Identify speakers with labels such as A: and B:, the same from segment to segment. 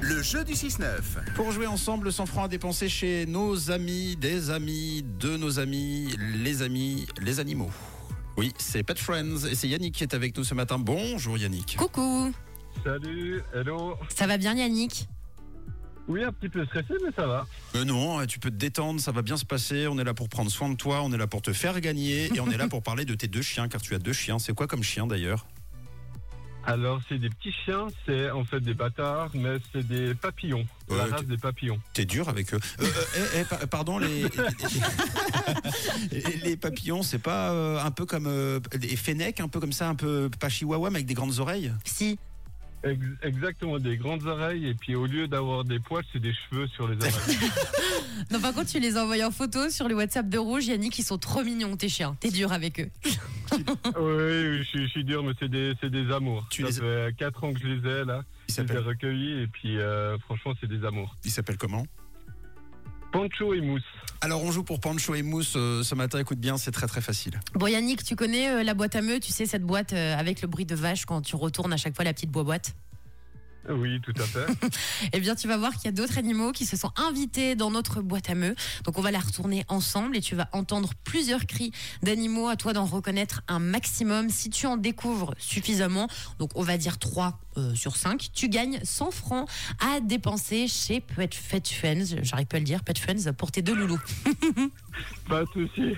A: Le jeu du 6-9.
B: Pour jouer ensemble, 100 francs à dépenser chez nos amis, des amis, de nos amis, les amis, les animaux. Oui, c'est Pet Friends et c'est Yannick qui est avec nous ce matin. Bonjour Yannick.
C: Coucou,
D: Salut, hello.
C: ça va bien Yannick
D: Oui, un petit peu stressé, mais ça va.
B: Mais Euh, non, hein, tu peux te détendre, ça va bien se passer. On est là pour prendre soin de toi, on est là pour te faire gagner et on est là pour parler de tes deux chiens car tu as deux chiens. C'est quoi comme chien d'ailleurs
D: Alors, c'est des petits chiens, c'est en fait des bâtards, mais c'est des papillons. la
B: Ouais,
D: race
B: tu-
D: des papillons.
B: T'es dur avec eux. Euh, euh, eh, eh, pa- pardon, les, les, les papillons, c'est pas euh, un peu comme euh, les fennecs, un peu comme ça, un peu pas chihuahua mais avec des grandes oreilles
C: Si,
D: Ex- exactement, des grandes oreilles, et puis au lieu d'avoir des poils, c'est des cheveux sur les oreilles.
C: non par contre tu les envoies en photo sur le WhatsApp de Rouge, Yannick ils sont trop mignons tes chiens, t'es dur avec eux.
D: oui, oui, je, suis- je suis dur, mais c'est des, c'est des amours.
B: Tu
D: ça
B: les-
D: fait 4 ans que je les ai, là.
B: Il
D: Je les ai
B: s'appelle,
D: recueillis, et puis euh, franchement, c'est des amours.
B: il s'appelle comment
D: Pancho et Mousse.
B: Alors on joue pour Pancho et Mousse euh, ce matin, écoute bien, c'est très très facile.
C: Bon Yannick tu connais euh, la boîte à meux, tu sais cette boîte euh, avec le bruit de vache quand tu retournes à chaque fois la petite boîte
D: Oui, tout à fait.
C: Eh bien tu vas voir qu'il y a d'autres animaux qui se sont invités dans notre boîte à meux, donc on va la retourner ensemble et tu vas entendre plusieurs cris d'animaux, à toi d'en reconnaître un maximum, si tu en découvres suffisamment, donc on va dire 3 euh, sur 5, tu gagnes 100 francs à dépenser chez Pet Pet Friends, j'arrive pas à le dire, Pet Friends, pour tes deux loulous.
D: Pas de souci.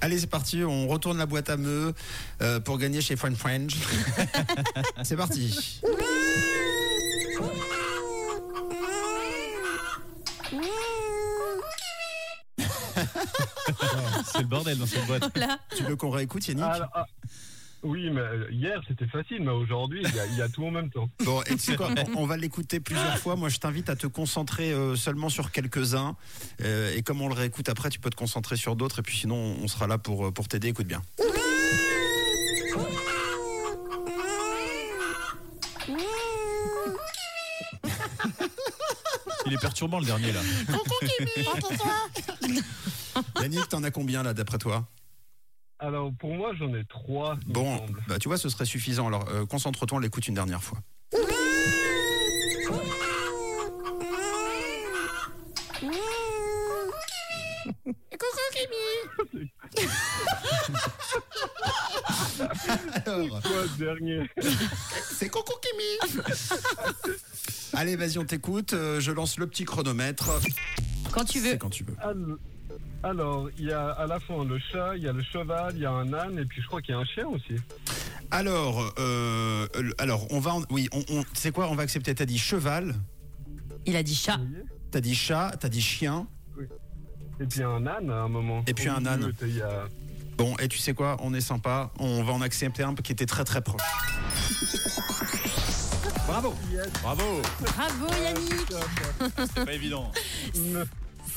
B: Allez c'est parti, on retourne la boîte à meux euh, pour gagner chez Friend French. c'est parti.
E: C'est le bordel dans cette boîte.
C: Voilà.
B: Tu veux qu'on réécoute Yannick
D: Alors, ah, oui, mais hier, c'était facile, mais aujourd'hui, il y a- il y a tout en même temps.
B: Bon, et tu sais quoi, on, on va l'écouter plusieurs fois. Moi, je t'invite à te concentrer euh, seulement sur quelques-uns. Euh, et comme on le réécoute après, tu peux te concentrer sur d'autres. Et puis sinon, on sera là pour, euh, pour t'aider. Écoute bien.
E: Il est perturbant le dernier là.
B: Yannick, t'en as combien là, d'après toi
D: Alors, pour moi, j'en ai trois. il me
B: Bon,
D: semble.
B: bah, tu vois, ce serait suffisant. Alors, euh, concentre-toi, on l'écoute une dernière fois. Alors,
D: Toi, le dernier.
B: c'est Coco Kimi Allez, vas-y, on t'écoute. Euh, je lance le petit chronomètre.
C: Quand tu
B: C'est
C: veux.
B: quand tu veux.
D: Al- Alors, il y a à la fois le chat, il y a le cheval, il y a un âne, et puis je crois qu'il y a un chien aussi.
B: Alors, euh, le- alors, on va, en- oui, on, on- c'est quoi On va accepter. T'as dit cheval,
C: Il a dit chat.
D: Vous voyez
B: t'as dit chat, t'as dit chien.
D: Et puis un âne à un moment.
B: Et puis
D: Au
B: un
D: milieu,
B: âne.
D: Il y a...
B: Bon, et tu sais quoi On est sympa. On va en accepter un qui était très très proche. Bravo.
E: Bravo,
C: Bravo Yannick
E: c'est pas évident.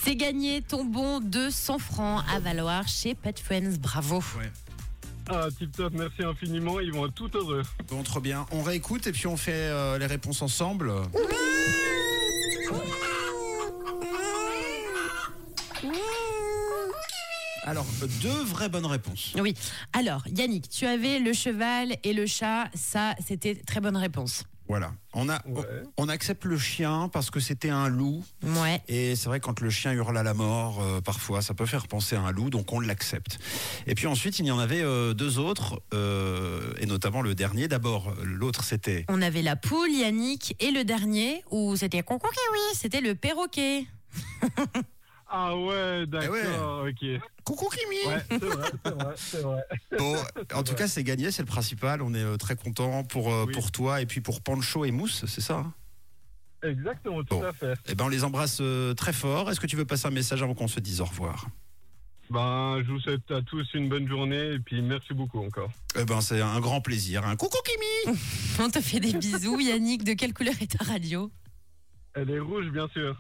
C: C'est gagné ton bon de 100 francs à valoir chez Pet Friends. Bravo.
D: Ah, tip top, merci infiniment, ils vont être tout heureux.
B: Bon, trop bien. On réécoute et puis on fait euh, les réponses ensemble. Alors, deux vraies bonnes réponses.
C: Oui. Alors Yannick, tu avais le cheval et le chat. Ça, c'était très bonne réponse.
B: Voilà. On, a,
D: Ouais.
B: on accepte le chien parce que c'était un loup.
C: Ouais.
B: Et c'est vrai, quand le chien hurle à la mort, euh, parfois, ça peut faire penser à un loup, donc on l'accepte. Et puis ensuite, il y en avait euh, deux autres, euh, et notamment le dernier. D'abord, l'autre, c'était.
C: On avait la poule, Yannick, et le dernier, où c'était concoquet, oui, c'était le perroquet.
D: Ah
B: Eh
D: ouais, d'accord, ok.
B: Coucou Kimi
D: Ouais, c'est vrai, c'est vrai, c'est vrai.
B: Bon, en tout cas, c'est gagné, c'est le principal. On est euh, très content pour, euh,
D: Oui.
B: pour toi et puis pour Pancho et Mousse, c'est ça hein
D: Exactement, tout
B: Bon.
D: à fait.
B: Eh ben, on les embrasse euh, très fort. Est-ce que tu veux passer un message avant qu'on se dise au revoir
D: Ben, je vous souhaite à tous une bonne journée, et puis merci beaucoup encore.
B: Eh ben, c'est un grand plaisir. hein. Coucou Kimi
C: On te fait des bisous, Yannick. De quelle couleur est ta radio
D: Elle est rouge, bien sûr.